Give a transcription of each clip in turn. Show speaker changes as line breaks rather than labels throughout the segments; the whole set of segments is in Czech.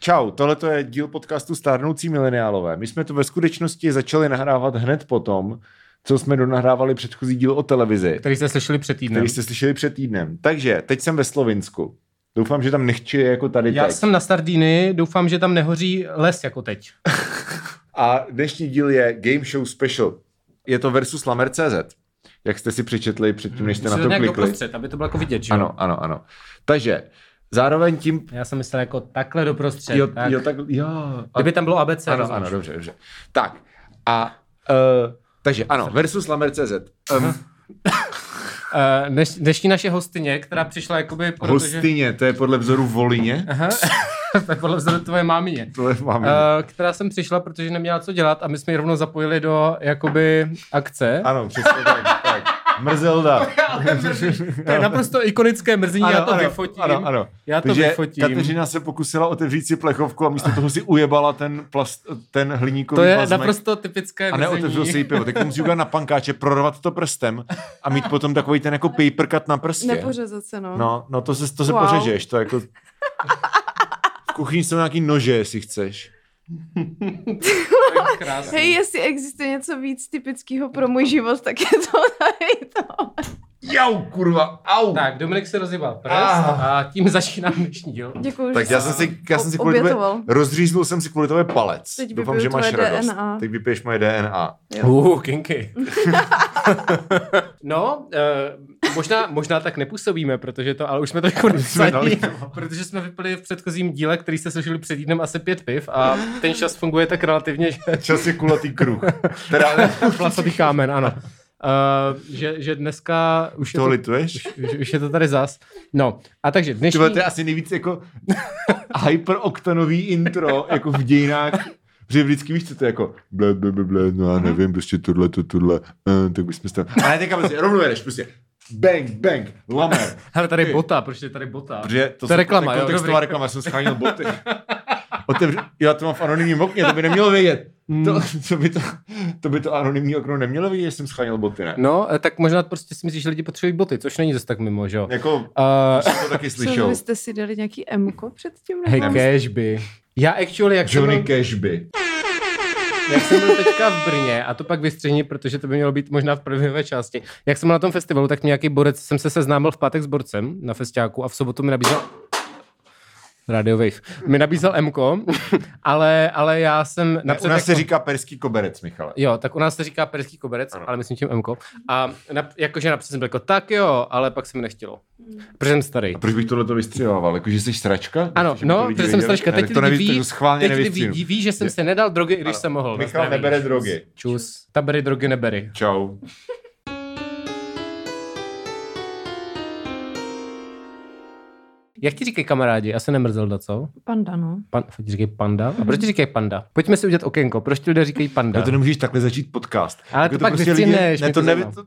Čau, tohle je díl podcastu Stárnoucí mileniálové. My jsme to ve skutečnosti začali nahrávat hned potom, co jsme donahrávali předchozí díl o televizi,
který jste slyšeli před týdnem.
který jste slyšeli před týdnem. Takže, teď jsem ve Slovinsku. Doufám, že tam nechčije jako tady
Já
teď.
jsem na Sardíny, doufám, že tam nehoří les jako teď.
A dnešní díl je Game Show Special. Je to versus Lamer.cz, jak jste si přečetli předtím, než jste na
Musíte
to
nějak
klikli.
doprostřed, aby Hmm, to bylo jako vidět, že jo?
Ano, ano, ano. Takže, zároveň tím...
Já jsem myslel jako takhle doprostřed.
Jo,
tak.
jo, tak, jo. A-
Kdyby tam bylo ABC.
Ano,
rozumíš?
ano, dobře, dobře. Tak, a... Uh, takže ano, versus Lamer.cz. Um,
Eh, Dneš, dnešní naše hostině, která přišla jakoby, protože...
hostině, to je podle vzoru Volině.
Aha, to je podle vzoru tvoje mámině.
To je máme.
Eh, která jsem přišla, protože neměla co dělat a my jsme ji rovnou zapojili do jakoby akce.
Ano, přesně tak, tak. Mrzelda.
Ale mrzí. to je naprosto ikonické mrzení, já to
ano,
vyfotím.
Ano, ano.
Já to
Takže
vyfotím.
Kateřina se pokusila otevřít si plechovku a místo toho si ujebala ten, plast, ten hliníkový
To je
plazmek
naprosto typické
a neotevřel
mrzení.
si jí pivo. Tak to musí udělat na pankáče, prorvat to prstem a mít potom takový ten jako paper cut na prstě.
Nepořezat se, no.
No, no to se, to se wow.
Wow.
pořežeš, to jako... V kuchyni jsou nějaký nože, jestli chceš.
Krásný.
Hej, jestli existuje něco víc typického pro můj život, tak je to tady to.
Jau, kurva, au!
Tak, Dominik se rozjebal prst
Ah.
a tím začínám dnešní díl.
Děkuju,
Tak
že
já
jsi-
jsem si, já jsem si kvůli tebe,
Obětoval.
rozříznul jsem si kvůli tebe palec.
Teď
Doufám,
vypiju
že máš
tvoje
radost.
DNA.
Teď vypiješ moje DNA.
Jo.
Uh, kinky. no, uh, možná, možná tak nepůsobíme, protože to, ale už jsme to jako
jsme
nepsali,
dali.
protože jsme vypili v předchozím díle, který jste slyšeli před týdnem asi pět piv a ten čas funguje tak relativně, že
Čas je kulatý kruh. Teda ne,
vlasatý kámen, ano. Uh, že, že dneska už je,
to
to,
lituješ?
už, už je to tady zas. No, a takže dnešní...
Tyhle, to je asi nejvíc jako hyperoktanový intro jako v dějinách. Že vždycky víš, co to je jako ble, ble, ble, ble, no
Mhm.
já nevím, prostě tohle, to, tohle, eh, tak bychom se tam... Ale teďka prostě rovnou jedeš, prostě bang, bang, lamer.
Hele, tady bota, proč je tady bota?
Protože to,
To je reklama,
to je
jo,
kontextová
dobrý.
reklama, já jsem schánil boty. Otevři, já to mám v anonymním okně, to by nemělo vědět.
Hmm.
To, to, by to, to by to anonymní okno nemělo vědět, že jsem schánil boty, ne?
No, eh, tak možná prostě si myslíš, že lidi potřebují boty, což není zase tak mimo, že jo?
Jako,
Uh,
jsem to taky
Co,
slyšel.
vy jste si dali nějaký emko předtím?
hej,
nebo-
cashby. Já actually, jak jsem,
Johnny
byl,
Cashby.
jak jsem byl teďka v Brně, a to pak vystřihni, protože to by mělo být možná v první části. Jak jsem byl na tom festivalu, tak mě nějaký borec, jsem se seznámil v pátek s borcem na festiáku a v sobotu mi nabízel Radio Wave. Mi nabízel Mko, ale, ale já jsem
U
napřed...
nás se
jako-
říká perský koberec, Michale.
Jo, tak u nás se říká perský koberec, ano. ale myslím tím Mko. A na, jakože napřed jsem byl jako, tak jo, ale pak se mi nechtělo. Protože jsem starý.
A proč bych tohle to vystřihoval? Jako, že jsi sračka?
Ano,
Že by to
no,
lidi
protože jsem
věděli?
straška.
Ne,
Teď
to
lidi
neví,
ví,
to schválně
teď lidi ví,
nevystřihnu.
ví, že jsem se nedal drogy, i když jsem mohl.
Michal
Nezdraví.
nebere drogy.
Čus. Ta bere drogy nebery.
Čau.
Jak ti říkají kamarádi? Asi nemrzel da, co?
Panda, no.
Pan, fakt ti říkají panda? A proč ti říkají panda? Pojďme si udělat okénko. Proč ti lidé říkají panda?
No to nemůžeš takhle začít podcast. Jako prostě
Ale to pak vystřihneš,
Ne,
mě
to
to
neví...
zajímá.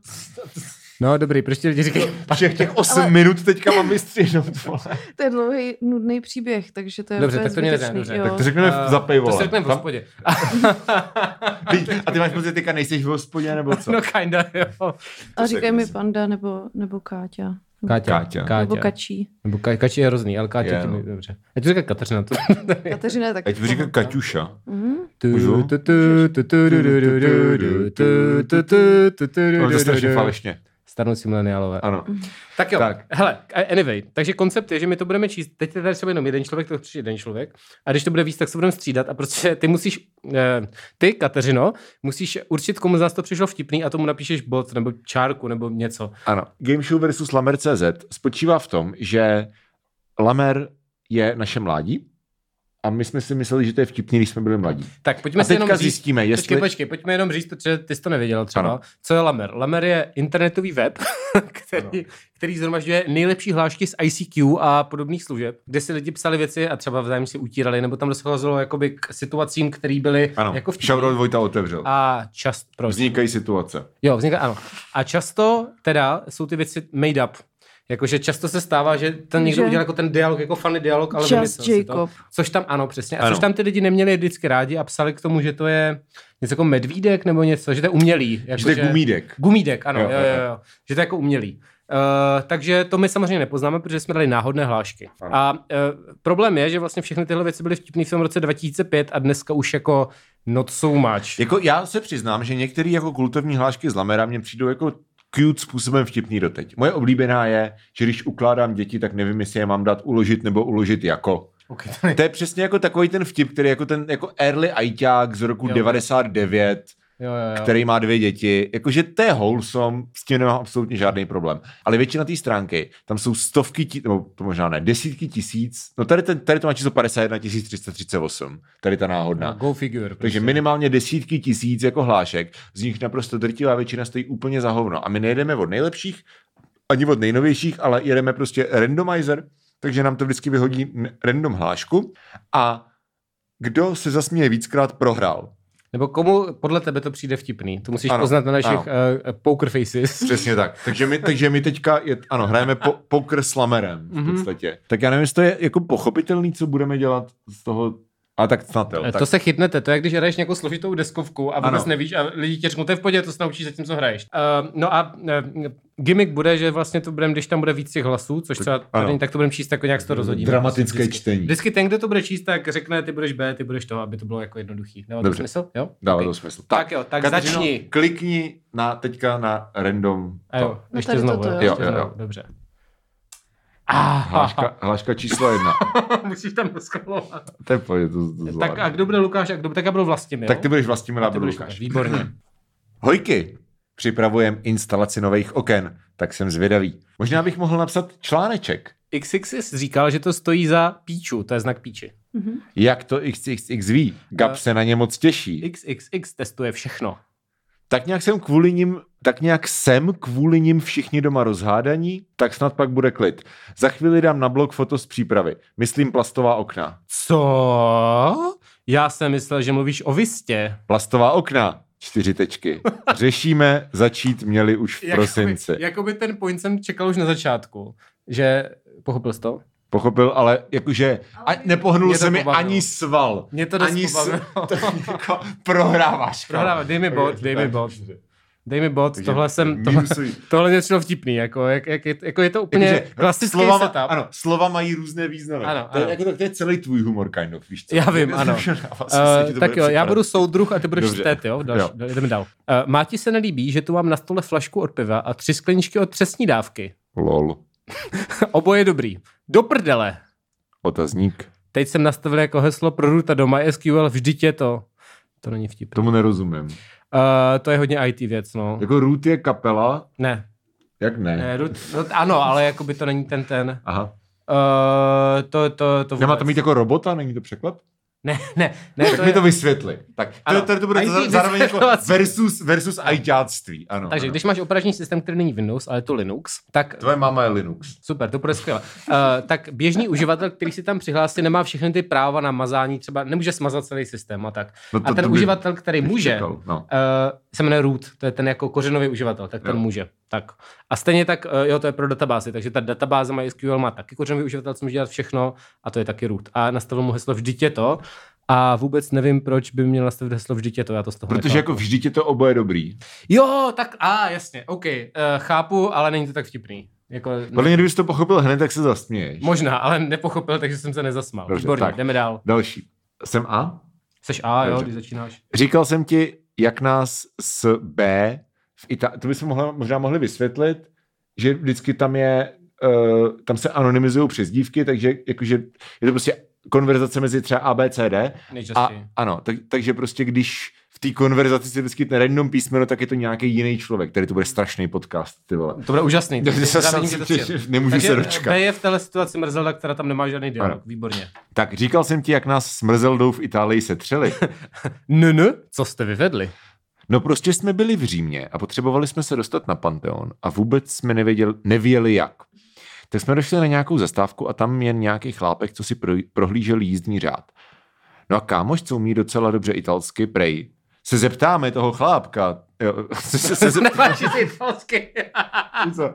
No dobrý, proč ti lidi říkají
Všech těch 8
Ale-
minut teďka mám vystřihnout. vole.
To je dlouhý, nudný příběh, takže to je
Dobře,
to je
tak to mě nezajímá,
zbytečný,
dobře.
jo.
Tak
To řekneme
Eh,
uh, za pivo.
To se řekneme v hospodě. A,
A ty máš pocit, že teďka nejsi v hospodě, nebo co?
no kinda, jo.
A říkej mi
myslím.
panda nebo, nebo Káťa.
Káťa.
Káťa.
Nebo
Káťa.
Kačí.
Nebo Ka- Kači je hrozný, ale Káťa
Je,
ti
no.
mi- dobře. Já ti říkám Kateřina. To...
Kateřina je tak.
Ať bych
No.
říkal Kaťuša.
Mhm.
Můžu? No, to je strašně falešně.
Starnoucí mileniálové.
Ano.
Tak jo,
Tak.
tak. hele, anyway, takže koncept je, že my to budeme číst, teď je tady třeba jenom jeden člověk, to přijde jeden člověk, a když to bude víc, tak se budeme střídat a prostě ty musíš, eh, ty, Kateřino, musíš určit, komu z nás to přišlo vtipný a tomu napíšeš bod nebo čárku nebo něco.
Ano. Game Show versus Lamer.cz spočívá v tom, že Lamer je naše mládí a my jsme si mysleli, že to je vtipný, když jsme byli mladí.
Tak pojďme
A
si jenom
teďka
říct,
zjistíme,
Jestli...
jestli...
Počkej, počkej, pojďme jenom říct, protože ty jsi to nevěděla třeba.
Ano.
Ano. Co je Lamer? Lamer je internetový web, který, který zhromažďuje nejlepší hlášky z ICQ a podobných služeb, kde si lidi psali věci a třeba vzájemně si utírali, nebo tam docházelo jakoby k situacím, které byly
Ano,
jako
jako
v
Shoutout Vojta otevřel.
a čas, proč?
Vznikají situace.
Jo, vzniká, ano. A často teda jsou ty věci made up. Jakože často se stává, že ten někdo
Že?
udělal jako ten dialog, jako funny dialog, ale
Just
vymyslel si to.
Jacob.
Což tam, ano, přesně. A
Ano.
což tam ty lidi neměli vždycky rádi a psali k tomu, že to je něco jako medvídek nebo něco, že to je umělý. Jako
Že to je gumídek.
Gumídek, ano,
Jo,
jo,
jo,
jo, jo. Že to je jako umělý. Uh, takže to my samozřejmě nepoznáme, protože jsme dali náhodné hlášky.
Ano.
A uh, problém je, že vlastně všechny tyhle věci byly vtipný v tom roce 2005 a dneska už jako not so much.
Jako já se přiznám, že některé jako kultovní hlášky z Lamera mě přijdou jako cute způsobem vtipný doteď. Moje oblíbená je, že když ukládám děti, tak nevím, jestli je mám dát uložit nebo uložit jako.
Okay, to ne-
To je přesně jako takový ten vtip, který jako ten jako early ajťák z roku
Jo.
99,
jo, jo, jo.
který má dvě děti. Jakože to je wholesome, s tím nemám absolutně žádný problém. Ale většina té stránky, tam jsou stovky, ti, nebo to možná ne, desítky tisíc, no tady, ten, tady to má číslo 51 338, tady ta náhodná.
Go figure.
No. Takže
prostě.
minimálně desítky tisíc jako hlášek, z nich naprosto drtivá většina stojí úplně za hovno. A my nejedeme od nejlepších, ani od nejnovějších, ale jedeme prostě randomizer, takže nám to vždycky vyhodí n- random hlášku. A kdo se zasměje víckrát, prohrál.
Nebo komu podle tebe to přijde vtipný? To musíš
Ano,
ano, poznat na našich
ano.
uh, poker faces.
Přesně tak. Takže my, takže my teďka, je, ano, hrajeme po, poker s lamerem v
Mhm.
podstatě. Tak já nevím, jestli to je jako pochopitelný, co budeme dělat z toho, a tak snad jo.
Eh,
tak.
To se chytnete, to je, když hraješ nějakou složitou deskovku a vůbec
Ano.
ano. nevíš a lidi ti řeknou, to je v podě, to se naučíš zatím, co hraješ. Uh, no a uh, gimmick bude, že vlastně to budeme, když tam bude víc těch hlasů, což třeba
ano.
tady, není, tak to budeme číst jako nějak se to rozhodí.
Dramatické čtení.
Vždycky ten, kdo to bude číst, tak řekne, ty budeš B, ty budeš to, aby to bylo jako jednoduchý. Dává to
Dobře.
smysl? Jo?
Dává
Ok.
to smysl.
Tak jo, tak
Kateřino,
začni.
Klikni na, teďka na random.
A
to.
jo,
No
ještě
tady
znovu.
toto, jo.
ještě
Jo, jo, jo.
znovu, Dobře. Ah,
Hláška, hláška číslo jedna.
musíš tam rozkolovat.
to je pojď, to, to zvládnu.
Tak a kdo bude Lukáš a kdo tak já budu vlastně,
tak ty budeš vlastně milá budu Lukáš.
Výborně.
Hojky, připravujem instalaci nových oken, tak jsem zvědavý. Možná bych mohl napsat článeček.
XXX říkal, že to stojí za píču, to je znak píči.
Mhm.
Jak to XXX ví? Gab
A-
se na ně moc těší.
XXX testuje všechno.
Tak nějak jsem kvůli nim, tak nějak jsem kvůli nim všichni doma rozhádaní, tak snad pak bude klid. Za chvíli dám na blog foto z přípravy. Myslím plastová okna.
Co? Já jsem myslel, že mluvíš o vistě.
Plastová okna, čtyři tečky. Řešíme, začít měli už v prosinci.
Jakoby, jakoby ten point jsem čekal už na začátku, že pochopil jsi to?
Pochopil, ale jakože a nepohnul
Mě to
se mi
pobavilo.
ani sval.
Mě to dost
ani s,
pobavilo.
to jako prohráváš. kámo.
Prohrává, dej mi bod, dej mi bod. Dej mi bod, tohle jsem, tohle,
minusuj.
tohle mě přišlo vtipný, jako, jak, jak, je- jako je to úplně
Jakože
klasický
slova, ma-
setup.
ano, slova mají různé významy.
Ano,
to, je,
ano.
jako, to, to je celý tvůj humor, kind of, víš co?
Já vím, ano.
Vlastně,
Uh, tak jo, já budu soudruh a ty budeš
Dobře.
čtet, jo? Další,
Jo.
jo. Jdeme dál. Uh, má ti se nelíbí, že tu mám na stole flašku od piva a tři skleničky od třesní dávky.
Lol,
Oboje dobrý. Do prdele.
otazník.
Teď jsem nastavil jako heslo pro Ruta do MySQL, vždyť je to. To není vtip. Uh,
Tomu nerozumím.
to je hodně IT věc, no.
Jako Root je kapela,
Ne,
jak ne?
ne Root, no, ano, ale jako by to není ten ten.
Aha.
Uh, to, to, to
Nemá
vůbec.
to mít jako robota, není to překlad?
Ne, ne, ne,
tak
to
mi
je...
to vysvětli. Tak to,
Ano.
to, to bude
IT
za- zároveň jako
vysvětlovací.
versus, versus ajťáctví. Ano,
Takže
ano.
když máš operační systém, který není Windows, ale je to Linux, tak
Tvoje máma je Linux.
Super, to bude skvělé. Uh, tak běžný uživatel, který si tam přihlásí, nemá všechny ty práva na mazání, třeba nemůže smazat celý systém a tak.
No
No
to-
to, a ten
to by-
uživatel, který může, uh,
Čekal, no.
se jmenuje root, to je ten jako kořenový uživatel, tak ten
Jo.
může. Tak. A stejně tak, uh, jo, to je pro databázy, takže ta databáze MySQL má taky kořenový uživatel, co může dělat všechno a to je taky root. A nastavil mu heslo vždyť je to a vůbec nevím, proč by měl nastavit heslo vždyť je to, já to z toho
Protože
nechápu.
jako vždyť je to oboje dobrý.
Jo, tak a jasně, OK, uh, chápu, ale není to tak vtipný. Jako,
Podle mě, kdybys to pochopil hned, tak se zasměješ.
Možná, ale nepochopil, takže jsem se nezasmál.
Dobře,
Dobře, Výborně,
tak.
tak. jdeme dál.
Další. Jsem A?
Seš A, jo,
Dobře.
když začínáš.
Říkal jsem ti, jak nás s B v Ita- to bychom mohla, možná mohli vysvětlit, že vždycky tam je, uh, tam se anonymizují přezdívky, takže jakože je to prostě konverzace mezi třeba A, B, C, D. A,
Nejčastěji.
ano, tak, takže prostě když v té konverzaci se vyskytne random písmeno, tak je to nějaký jiný člověk, který to bude strašný podcast, ty vole.
To bude úžasný.
Já se
Závidím,
snad
že to
těším,
stihnu.
nemůžu
Takže
se dočkat.
B je v téhle situaci mrzelda, která tam nemá žádný dialog.
Ano.
Ano. Výborně.
Tak říkal jsem ti, jak nás s mrzeldou v Itálii setřeli.
N, n, co jste vyvedli?
No prostě jsme byli v Římě a potřebovali jsme se dostat na Panteon a vůbec jsme nevěděl, nevěděli jak. Tak jsme došli na nějakou zastávku a tam jen nějaký chlápek, co si pro, prohlížel jízdní řád. No a kámoš, co umí docela dobře italsky, prej, se zeptáme toho chlápka. Jo, se, se, se zeptáme,
Nemáš ty italsky.
co?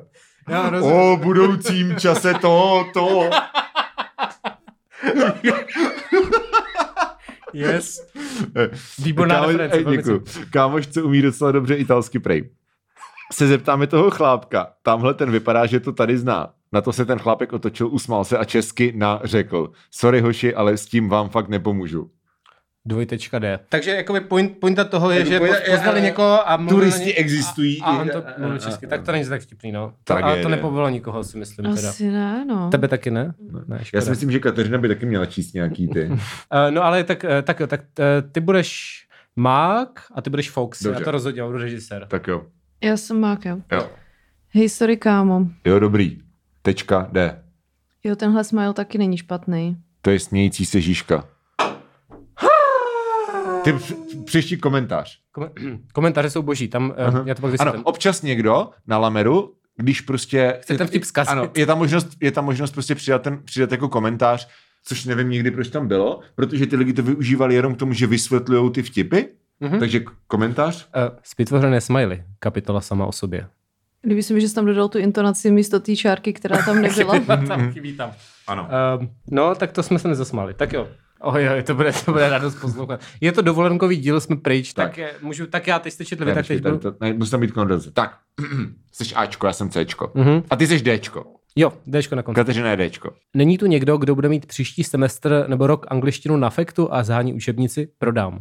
Já rozumím.
o budoucím čase to, to.
Yes. Výborná
Kámoš-
reference.
eh,
velmi
děkuju. Kámoš, co umí docela dobře italsky, prej. se zeptáme toho chlápka. Tamhle ten vypadá, že to tady zná. Na to se ten chlápek otočil, usmál se a česky na řekl. Sorry hoši, ale s tím vám fakt nepomůžu.
Dvojtečka D. Takže jakoby point, pointa toho je,
Jako
že
pointa-
poz- poznali
eh,
někoho a mluvili
turisti
na ně-
existují.
A, a on
A-
to
a-
mluvil
a-
česky. Tak to není tak vtipný, no. To, ale
Tragédie.
to nepovolilo nikoho, si myslím. Teda.
Asi ne, no.
Tebe taky ne? ne
Já
škoda.
si myslím, že Kateřina by taky měla číst nějaký ty.
Eh, no ale tak, eh, tak, jo, tak eh, ty budeš Mák a ty budeš Fox. Dobře.
Dobře.
Já to rozhodně, já budu režisér.
tak jo.
Já jsem mákem.
Jo,
Hej, sorry, kámo.
jo dobrý. Tečka D.
Jo, tenhle smile taky není špatný.
To je smějící se Žižka. Ty př- příští komentář.
Kom- komentáře jsou boží, tam eh,
Aha.
já to pak
Ano,
vysvětlím.
občas někdo na lameru, když prostě...
Chce ten vtip zkazit.
Ano, je tam možnost, je tam možnost prostě přidat, ten, přidat jako komentář, což nevím nikdy, proč tam bylo, protože ty lidi to využívali jenom k tomu, že vysvětlují ty vtipy,
Mhm.
mm-hmm. takže k- komentář.
Eh, Zpětvořené smiley, kapitola sama o sobě.
Líbí se mi, že jsi tam dodal tu intonaci místo té čárky, která tam nebyla.
tam chybí tam.
Ano.
Um, no, tak to jsme se nezasmáli. Tak jo. Oj, oj, to bude, to bude radost poslouchat. Je to dovolenkový díl, jsme pryč, tak,
Tak.
tak je, můžu, tak já teď jste četli,
Ne,
tak
počkej,
teď
tady
budu...
to, ne, musí tam být kondenzace. Tak, jsi Ačko, já jsem Cčko.
Mhm.
A ty jsi Dčko.
Jo, Dčko na konci.
Kateřina je Dčko.
Není tu někdo, kdo bude mít příští semestr nebo rok angličtinu na fektu a zhání učebnici? Prodám.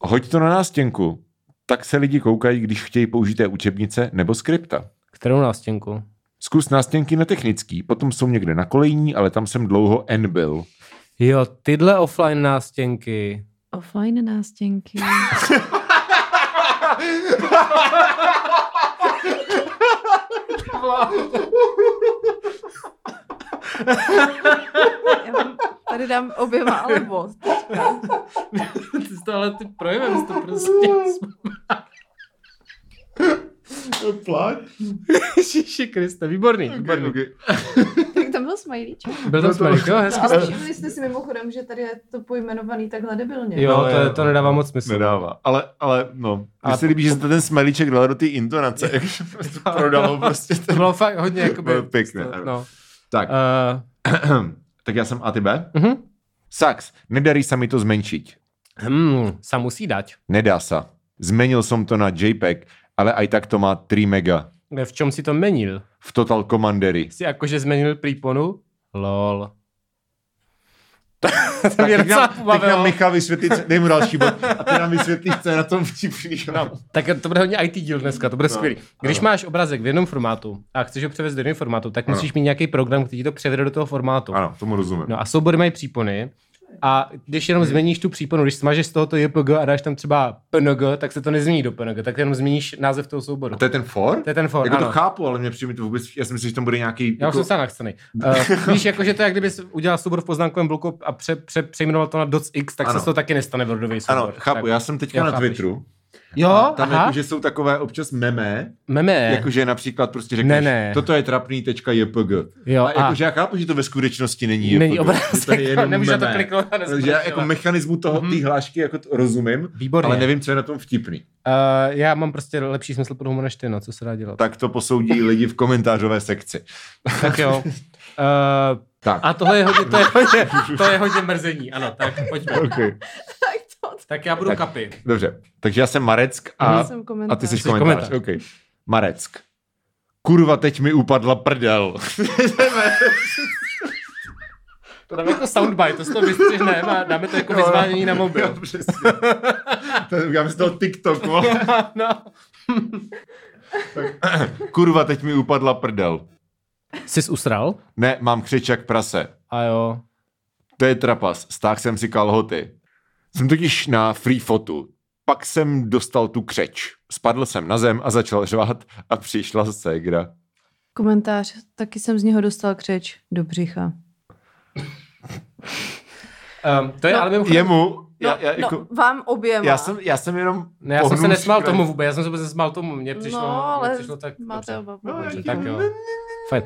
Hoď to na nástěnku. Tak se lidi koukají, když chtějí použít té učebnice nebo skripta.
Kterou nástěnku?
Zkus nástěnky na technický, potom jsou někde na kolejní, ale tam jsem dlouho N byl.
Jo, tyhle offline nástěnky.
Offline nástěnky. Já vám tady dám oběma alebo.
Ty stále ty projevem to prostě...
Plať?
Ježiši Kriste, výborný, výborný.
Tak tam byl smajlíček.
Byl tam smiley, jo, hezky.
Ale všimli jste si mimochodem, že tady je to pojmenovaný takhle debilně.
Jo,
No,
to,
jo.
to nedává moc smysl.
Nedává. Ale, ale no,
A-
mně se líbí, že jste ten smelíček dal do té intonace, jak se prostě prodalo prostě
To
ten...
bylo fakt hodně jakoby...
Bylo pěkné, ano.
No.
Tak,
Uh,
tak já jsem A ty B.
Mhm.
Sax, nedarí se mi to zmenšit.
Hmm, sa musí dať.
Nedá se. Zmenil jsem to na JPEG, ale aj tak to má 3 mega.
Eh, V čom si to menil?
V Total Commandery.
Si akože zmenil príponu? Lol. to
Tak
mě
teď
docela
nám, teď nám
pobavilo.
Michal vysvětlí, co- dej mu další bod, a ty nám vysvětlíš, co je na tom vtipný.
No, tak to bude hodně IT díl dneska, to bude
No,
skvělý. Když
ano.
máš obrazek v jednom formátu a chceš ho převést do jiného formátu, tak
Ano.
musíš mít nějaký program, který ti to převede do toho formátu.
Ano, tomu rozumím.
No a soubory mají přípony. A když
Hmm.
jenom změníš tu příponu, když smažeš z tohoto JPG a dáš tam třeba PNG, tak se to nezmění do PNG, tak jenom změníš název toho souboru.
A to je ten for?
To je ten for,
Jako
ano.
to chápu, ale mě přijde to vůbec, já si myslím, že tam bude nějaký...
Já už
jako,
jsem sám nachcený. Uh, víš, jakože to je, jak kdyby jsi udělal soubor v poznámkovém bloku a pře, pře, přejmenoval to na .x, tak ano.
Ano.
se z toho taky nestane bordový soubor.
Ano, chápu,
tak.
já jsem teďka
Jo,
na
chápeš.
Twitteru.
Jo,
Tam jako,
aha,
jakože jsou takové občas meme,
meme.
jakože například prostě řekneš,
Ne, ne.
toto je trapný tečka JPG.
Jo,
a
a-
jakože já chápu, že to ve skutečnosti není JPG.
Není
že
obrázek,
to je jenom
nemůžu na to
meme.
kliknout a
Takže já jako
neskončila.
mechanismu toho, té hlášky jako to rozumím,
Výborně.
ale nevím, co je na tom vtipný.
Uh, já mám prostě lepší smysl pro humor než ty, no, co se dá dělat.
Tak to posoudí lidi v komentářové sekci.
tak jo. Uh,
Tak,
a tohle je hodně, to je hodně, to je hodně mrzení, ano, tak pojďme.
okay.
Tak to
Tak já budu
Tak.
kapy.
dobře. Takže já jsem Mareck
Já
a
jsem
A
komentář.
ty jsi
Mhm. Jsi
komentář.
komentář.
komentář. Okay. Mareck. Kurva, teď mi upadla prdel.
To dáme jako soundbite, to z toho vystřihneme a dáme to jako vyzvánění na
Jo,
mobil.
přesně. To je- Já jsem z toho TikTok.
No.
Kurva, teď mi upadla prdel.
Jsi usral?
Ne, mám křečak prase.
A jo.
To je trapas. Stáhl jsem si kalhoty. Jsem totiž na free fotu. Pak jsem dostal tu křeč. Spadl jsem na zem a začal řvát a přišla ségra.
Komentář, taky jsem z něho dostal křeč do břicha.
Um, to je
No.
ale mimochodem...
Jemu, já, já, jako,
vám oběma.
já, jsem, já jsem jenom...
Ne, no, já jsem se
pohnul
nesmál
škrem.
tomu vůbec, já jsem se vůbec nesmál tomu, mně přišlo,
no,
mně
ale
přišlo tak
máte
dobře.
oba
No,
no,
já-
tak jo. Fajn.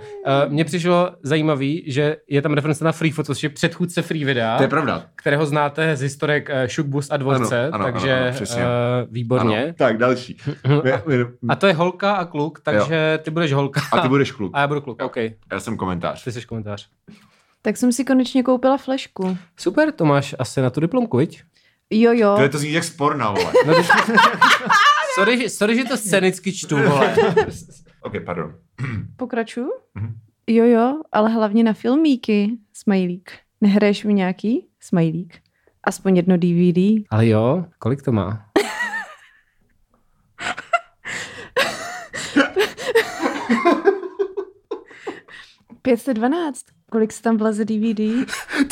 Uh, mně přišlo zajímavý, že je tam reference na Free Food, což je předchůdce Free videa,
To je pravda.
kterého znáte z historek uh, Šukbus a Dvorce,
Ano, ano,
takže
ano, ano, přesně.
uh, výborně.
Ano, tak, další.
A to je holka a kluk, takže jo. ty budeš holka.
A ty budeš kluk.
A já budu kluk, OK.
Já jsem komentář.
Ty jsi komentář.
Tak jsem si konečně koupila flešku.
Super, to máš asi na tu diplomku, viď?
Jo, jo.
To je to zní jak sporna, vole.
No, když... Sorry, že- sorry, že to scénicky čtu, vole.
OK, pardon.
Pokračuju?
Mhm.
Jo, jo, ale hlavně na filmíky, smajlík. Nehraješ mi nějaký smajlík? Aspoň jedno DVD.
Ale jo, kolik to má?
Pět set dvanáct. Kolik se tam vleze DVD?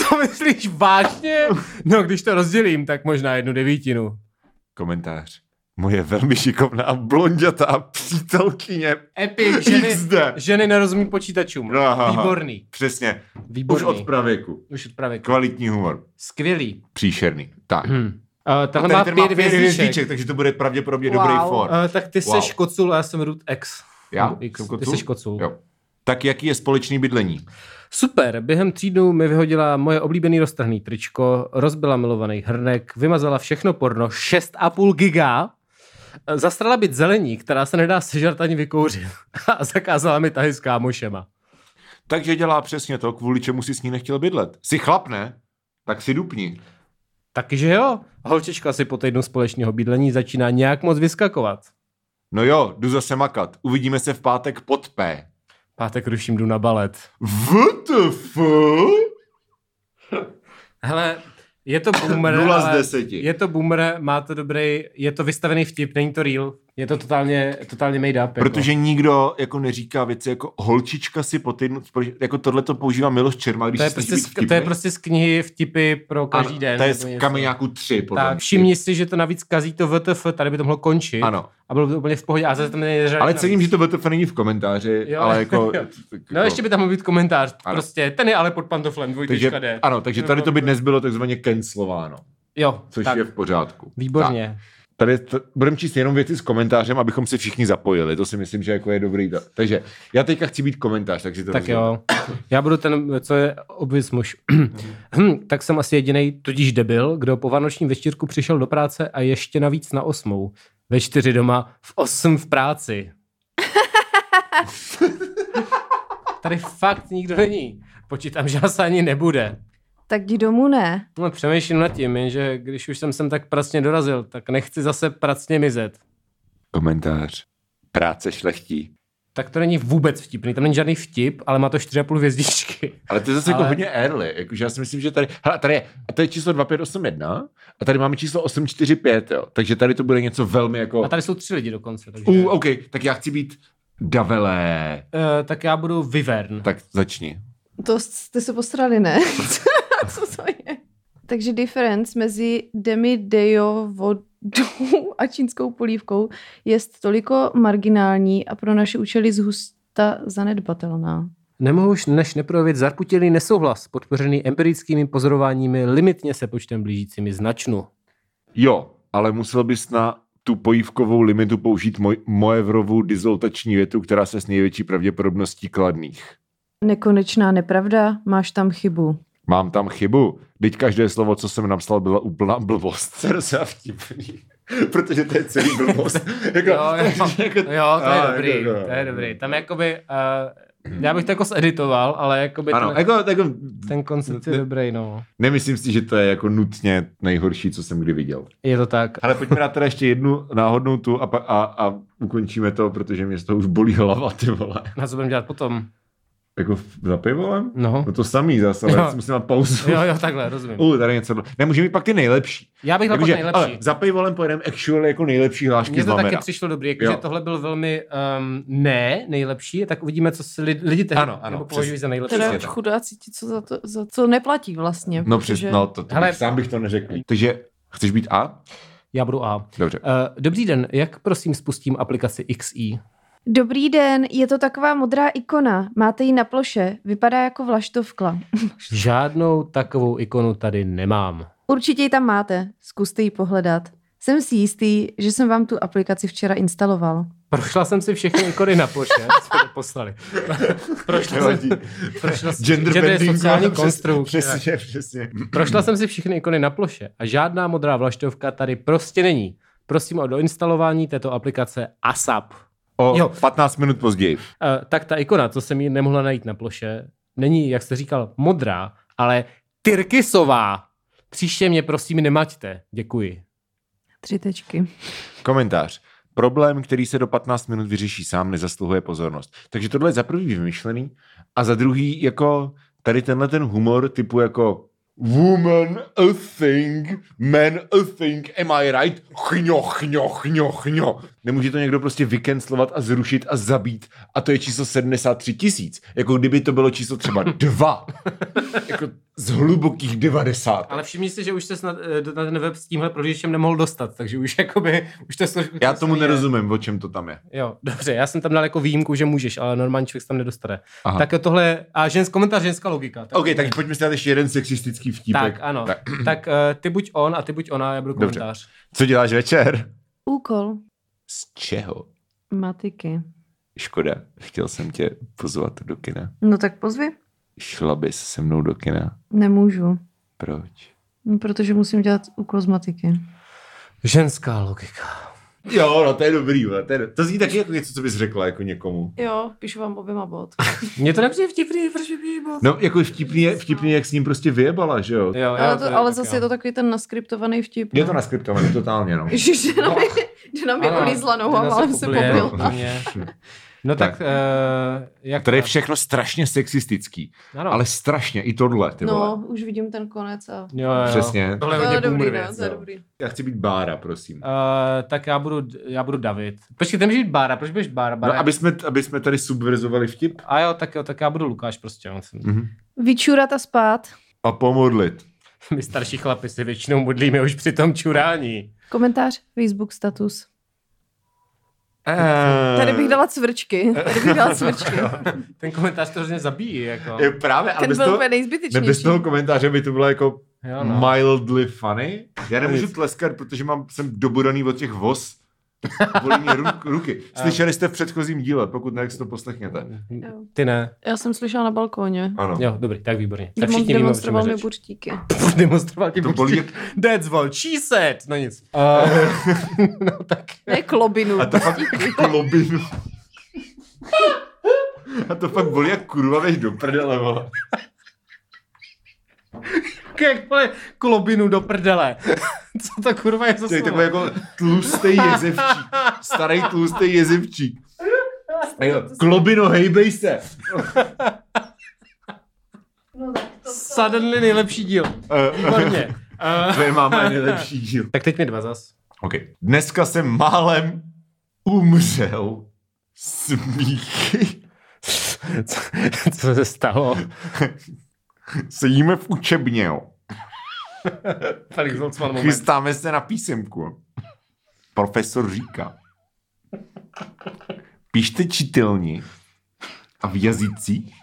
To myslíš vážně? No, když to rozdělím, tak možná jednu devítinu.
Komentář. Moje velmi šikovná blondětá přítelkyně.
Epic, ženy,
XD.
ženy nerozumí počítačům.
Aha.
Výborný.
Přesně. Už
Výborný.
od pravěku.
Už od pravěku.
Kvalitní humor.
Skvělý.
Příšerný. Tak.
Hm. Uh,
A
tahle
tady
má
ten má
pět
pět
hvězdiček.
hvězdiček, takže to bude pravděpodobně
Wow.
dobrý for.
Uh, tak ty
Wow.
seš kocul a já jsem Root X.
Já?
Root X.
Jsem
Ty
kocův?
seš kocul.
Jo. Tak jaký je společný bydlení?
Super, během tří dnů mi vyhodila moje oblíbený roztrhný tričko, rozbila milovaný hrnek, vymazala všechno porno, 6,5 giga, Eh, zastrala byt zelení, která se nedá sežrat ani vykouřit a zakázala mi tahy s kámošema.
Takže dělá přesně to, kvůli čemu si s ní nechtěl bydlet. Jsi chlap, ne? Tak si dupni.
Taky že jo, holčička si po týdnu společného bydlení začíná nějak moc vyskakovat.
No jo, jdu zase makat. Uvidíme se v pátek pod P.
Pátek ruším, jdu na balet.
WTF?
Hele, je to boomer.
0 z
ale-
10.
Je to boomer, má to dobrý, je to vystavený vtip, není to real. Je to totálně, totálně made up. jako.
Protože nikdo jako neříká věci jako holčička si po týdnu, společně- jako tohle to používá Miloš Čerma, když
To je,
se
prostě
snaží být
z, to je
vtipný.
prostě z knihy vtipy pro
Ano,
každý den.
To je
nebo
z
něco.
kamenáku 3, podle
Tak,
mě.
všimni si, že to navíc kazí to VTF, tady by to mohlo končit.
Ano,
A bylo by to úplně v pohodě. A zase tam neřešili
ale
navíc.
cením, že to VTF není v komentáři,
Jo,
ale jako...
jo.
tak
No
jako-
ještě by tam mohl být komentář.
Ano.
Prostě, ten je ale pod pantoflem,
takže,
dvojtečka D.
ano, takže tady to by dnes bylo takzvaně cancelováno,
Jo,
což
No, tak.
je v pořádku. Tak.
Výborně.
Tady t- budeme číst jenom věci s komentářem, abychom se všichni zapojili. To si myslím, že jako je dobrý. ta- Takže já teďka chci být komentář, tak si to
Tak,
rozdělím.
jo. Já budu ten, co je obvěz muž. Hm, tak jsem asi jediný, tudíž debil, kdo po vánočním večírku přišel do práce a ještě navíc na osmou. Ve čtyři doma, v osm v práci. Tady fakt nikdo není. Počítám, že asi ani nebude.
Tak jdi domů, ne?
No, přemýšlím nad tím, jenže když už jsem sem tak pracně dorazil, tak nechci zase pracně mizet.
Komentář. Práce šlechtí.
Tak to není vůbec vtipný, tam není žádný vtip, ale má to 4,5 hvězdičky.
Ale to je zase ale...
Ale-
jako hodně early. Jakože já si myslím, že tady... Hele, tady je, a to je číslo 2581 a tady máme číslo 845, jo. Takže tady to bude něco velmi jako...
A tady jsou tři lidi dokonce. Takže...
U, OK, tak já chci být davelé.
Eh, tak já budu Vivern.
Tak začni.
To jste se posrali, ne? Co to je? Takže difference mezi demi dejo vodou a čínskou polívkou je toliko marginální a pro naše účely zhusta zanedbatelná.
Nemohu už než neprojevit zarputilý nesouhlas, podpořený empirickými pozorováními, limitně se počtem blížícími značnu.
Jo, ale musel bys na tu pojívkovou limitu použít moj, Moevrovu dizoltační větu, která se s největší pravděpodobností kladných.
Nekonečná nepravda, máš tam chybu.
Mám tam chybu. Teď každé slovo, co jsem napsal, byla úplná blbost. To je docela vtipný. Protože to je celý blbost. jako,
Jo, jo,
jako,
jo to je
a,
dobrý,
jako, jo.
to je dobrý. Tam jakoby, uh, já bych to jako zeditoval, ale jakoby
Ano,
ten,
jako, jako,
ten koncept je dobrý, no.
nemyslím si, že to je jako nutně nejhorší, co jsem kdy viděl.
Je to tak.
Ale pojďme dát teda ještě jednu náhodnou tu a, pa- a, a ukončíme to, protože mě z toho už bolí hlava, ty vole.
Na co budeme dělat potom?
Jako v- za pivolem?
No.
No to samý zase, ale
Jo.
já si musím dát pauzu.
Jo, jo, takhle, rozumím.
U, tady něco. Nemůže mít pak ty nejlepší.
Já bych dal pak
Jakože,
nejlepší.
Ale za pivolem pojedeme actual jako nejlepší hlášky
Mně
z
to taky
Lamera.
přišlo dobrý, jakože
Jo.
tohle byl velmi um, ne nejlepší, tak uvidíme, co si lidi, lidi tehdy
Ano, ano,
jako považují
přesně.
za nejlepší.
Přesně
Teda
tak.
chudáci ti, co za to, za to neplatí vlastně.
No přes, no to, to
Hele-
Hele, bych, sám bych to neřekl. Takže chceš být A?
Já budu A.
Dobře.
Eh, Dobrý den, jak prosím spustím aplikaci XI?
Dobrý den, je to taková modrá ikona. Máte ji na ploše, vypadá jako vlaštovka.
Žádnou takovou ikonu tady nemám.
Určitě ji tam máte, zkuste ji pohledat. Jsem si jistý, že jsem vám tu aplikaci včera instaloval.
Prošla jsem si všechny ikony na poště, co mi poslali. prošla jsem,
Nevadí.
prošla, jsem-
Gender,
gender je
bending,
sociální
přes-
konstrukt.
Přesně, přesně.
Prošla jsem si všechny ikony na ploše a žádná modrá vlaštovka tady prostě není. Prosím o doinstalování této aplikace ASAP.
O
Jo.
jo. 15 minut později.
Eh, tak ta ikona, co jsem ji nemohla najít na ploše, není, jak jste říkal, modrá, ale tyrkysová. Příště mě prosím nemaťte. Děkuji.
Tři tečky.
Komentář. Problém, který se do 15 minut vyřeší sám, nezasluhuje pozornost. Takže tohle je za prvý vymyšlený a za druhý jako tady tenhle ten humor typu jako Woman a thing, man a thing, am I right? Chňo, chňo, chňo, chňo. Nemůže to někdo prostě vykenslovat a zrušit a zabít a to je číslo 73 tisíc. Jako kdyby to bylo číslo třeba dva. jako z hlubokých 90.
Ale všimni si, že už se snad eh, na ten web s tímhle prohlížečem nemohl dostat, takže už jakoby, už to složku.
Já tomu nerozumím, o čem to tam je.
Jo, dobře, já jsem tam dal jako výjimku, že můžeš, ale normální člověk se tam nedostane.
Aha.
Aha. Tak tohle, je- a žensk, komentář ženská logika. Tak,
OK, tak pojďme si dát ještě jeden sexistický vtípek.
tak ano. Tak, tak eh, ty buď on a ty buď ona, já budu
Dobře.
komentář.
Co děláš večer?
Úkol
Z čeho?
matiky.
Škoda, chtěl jsem tě pozvat do kina.
No tak pozvi.
Šla bys se mnou do kina.
Nemůžu,
Proč?
No, protože musím dělat úkol z matiky.
Ženská logika.
Jo, no to je dobrý, vole, to, je, do- to zní taky jako něco, co bys řekla jako někomu.
Jo, píšu vám oběma bod.
Mně to nepřijde vtipný, proč by bylo?
No, jako vtipný, je- vtipný je, jak s ním prostě vyjebala, že jo?
Jo,
ale
jo,
to, ale
tak
zase
jo.
je to takový ten naskriptovaný vtip.
Je
no.
to naskriptované, totálně, no.
Ježiš, že na mě, že na mě
Ano,
olízla nohu a
ten
málem
zase
se
poblije.
jako-
pobil.
No, mě. No tak,
Tak.
eh, jak...
Tady je všechno strašně sexistický,
Ano.
ale strašně, i tohle, ty vole.
No, už vidím ten konec a...
Jo, jo, jo.
Přesně.
Tohle je
No,
hodně
dobrý,
boomer
no,
věc,
to je
jo.
dobrý.
Já chci být Bára, prosím.
Eh, tak já budu, já budu David. Počkej, ty můžeš být Bára, proč budeš Bára? Bára
No,
je-
aby jsme, aby jsme tady subverzovali vtip.
A jo, tak jo, tak já budu Lukáš prostě. On jsem...
Mhm.
Vyčurat a spát.
A pomodlit.
My starší chlapi si většinou modlíme už při tom čurání.
Komentář, Facebook status.
Eee.
Tady bych dala cvrčky. Tady bych dala cvrčky.
Ten komentář to hrozně zabíjí, jako.
Eh, Je právě, ale
Ten
bez
byl
toho,
úplně
ne, bez
nejzbytečnější.
toho komentáře by to bylo jako
Jo, no.
mildly funny. Já nemůžu tleskat, protože mám, jsem dobodaný od těch voz. Bolí mě ru, ruky. Slyšeli jste v předchozím díle, pokud ne, jak si to poslechněte.
Jo.
Ty ne.
Já jsem slyšela na balkóně.
Ano.
Jo, dobrý, tak výborně. Tak
Demon,
všichni víme, o čem je
demonstroval mi
řeč.
burtíky.
Demonstroval ti
To bolí, jak,
That's what she said. No nic. Uh, no tak.
Ne klobinu.
a to fakt klobinu. A to fakt bolí, jak kurva veš do prdele, vole.
Jak vole, klobinu do prdele. Co to kurva je za
To je
slovo?
takový jako tlustý jezevčík. Starý tlustý jezevčík. A jo, Klobino, hejbej se.
Suddenly nejlepší díl.
Eh,
Výborně. Uh,
To je máma nejlepší díl.
tak teď mi dva zas.
Okay. Dneska jsem málem umřel smíchy.
Co, co se stalo?
Sedíme v učebně, jo.
Felix Holtzman moment.
Chystáme se na písemku. Profesor říká. Píšte čitelně a v jazycích,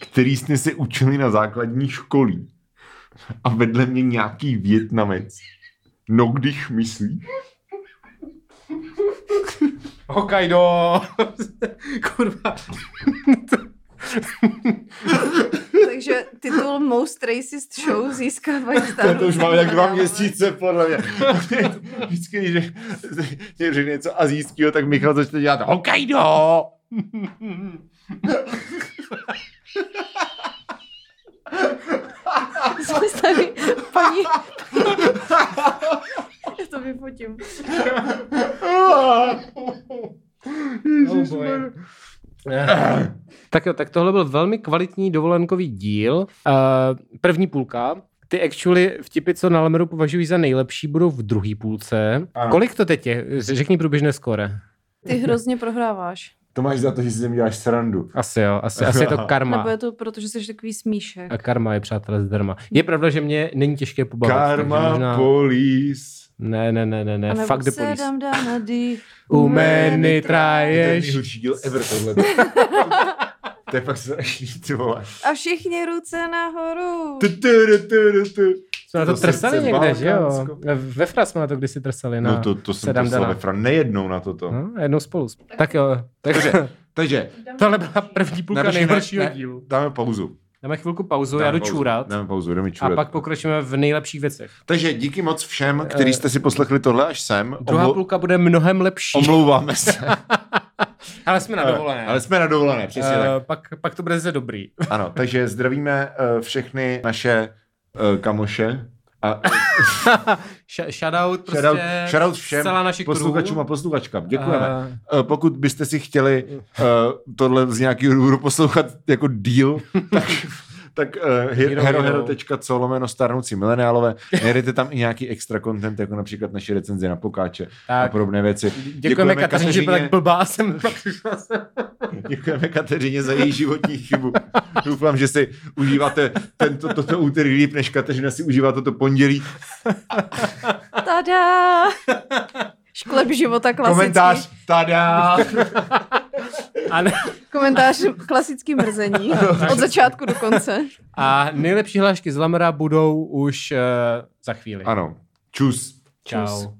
který jste se učili na základní škole. A vedle mě nějaký větnamec. No když myslí,
Hokkaido! Kurva.
Takže titul Most Racist Show získá
To,
Vajstar.
to už máme tak dva měsíce, podle mě. Vždycky, když mě řekne něco azijského, tak Michal začne dělat Hokkaido!
Jsme tady, paní... Já to vyfotím.
Ježišmarja. tak jo, tak tohle byl velmi kvalitní dovolenkový díl. Uh, první půlka. Ty actually vtipy, co na Lemeru považují za nejlepší, budou v druhé půlce.
Ano.
Ano. Kolik to teď je? Řekni průběžné skóre.
Ty hrozně prohráváš.
To máš za to, že si sem děláš srandu.
Asi jo, asi, asi je to karma.
Nebo je to proto, že jsi takový smíšek.
A karma je, přátelé, zdarma. Je pravda, že mě není těžké pobavit. takže
Karma možná... police.
Ne, ne, ne, ne,
A
ne.
nebo
Fuck the
se
police.
dám dám na dých.
U many
To je ten
traješ.
nejhorší díl ever tohle. to je fakt strašný, ty vole.
A všichni ruce nahoru.
Tu, tu, tu, tu, tu, tu.
Jsme na to
To
trsali
srdce
někde, že jo?
Balkánsko.
Ve Fra jsme na to kdysi trsali. Na...
No to, to jsem
Sedám
poslal
dana.
ve Fran nejednou na toto.
No, jednou spolu. Tak jo, tak
Takže,
tohle byla první půlka
Narušíme-
nejhoršího
ne,
dílu.
dáme pauzu.
Dáme chvilku pauzu,
Dáme
já jdu
pauzu.
čůrat
Dáme pauzu, jdeme
a
čůrat.
pak pokračujeme v nejlepších věcech.
Takže díky moc všem, kteří jste si poslechli tohle až sem.
Eh, Druhá
Omlou-
půlka bude mnohem lepší,
Omlouváme se.
ale jsme na dovolené.
Eh, Ale jsme na dovolené, přesně
Eh,
tak.
pak, pak to bude zase dobrý.
Ano, takže zdravíme eh, všechny naše eh, kamoše. A
Sh- shoutout prostě
shoutout, shoutout všem
zcela našich
posluchačům a
kruhů.
posluchačkám. Děkujeme.
Eh,
Eh, pokud byste si chtěli eh, tohle z nějakého důvodu poslouchat jako deal, tak tak uh,
Hero,
herohero.co lomeno starnoucí mileniálové. Najdete tam i nějaký extra content, jako například naše recenze na pokáče a
Tak.
podobné věci. Děkujeme,
Děkujeme Kateřině, že byla tak blbá, a jsem
Děkujeme Kateřině za její životní chybu. Doufám, že si užíváte tento, toto úterý líp, než Kateřina si užívá toto pondělí.
Tada! Šklep života klasický.
Komentář, tada!
a, ne,
Komentář klasický mrzení. Od začátku do konce.
a nejlepší hlášky z Lamera budou už uh, eh, za chvíli.
Ano, čus.
Čau.
Čus.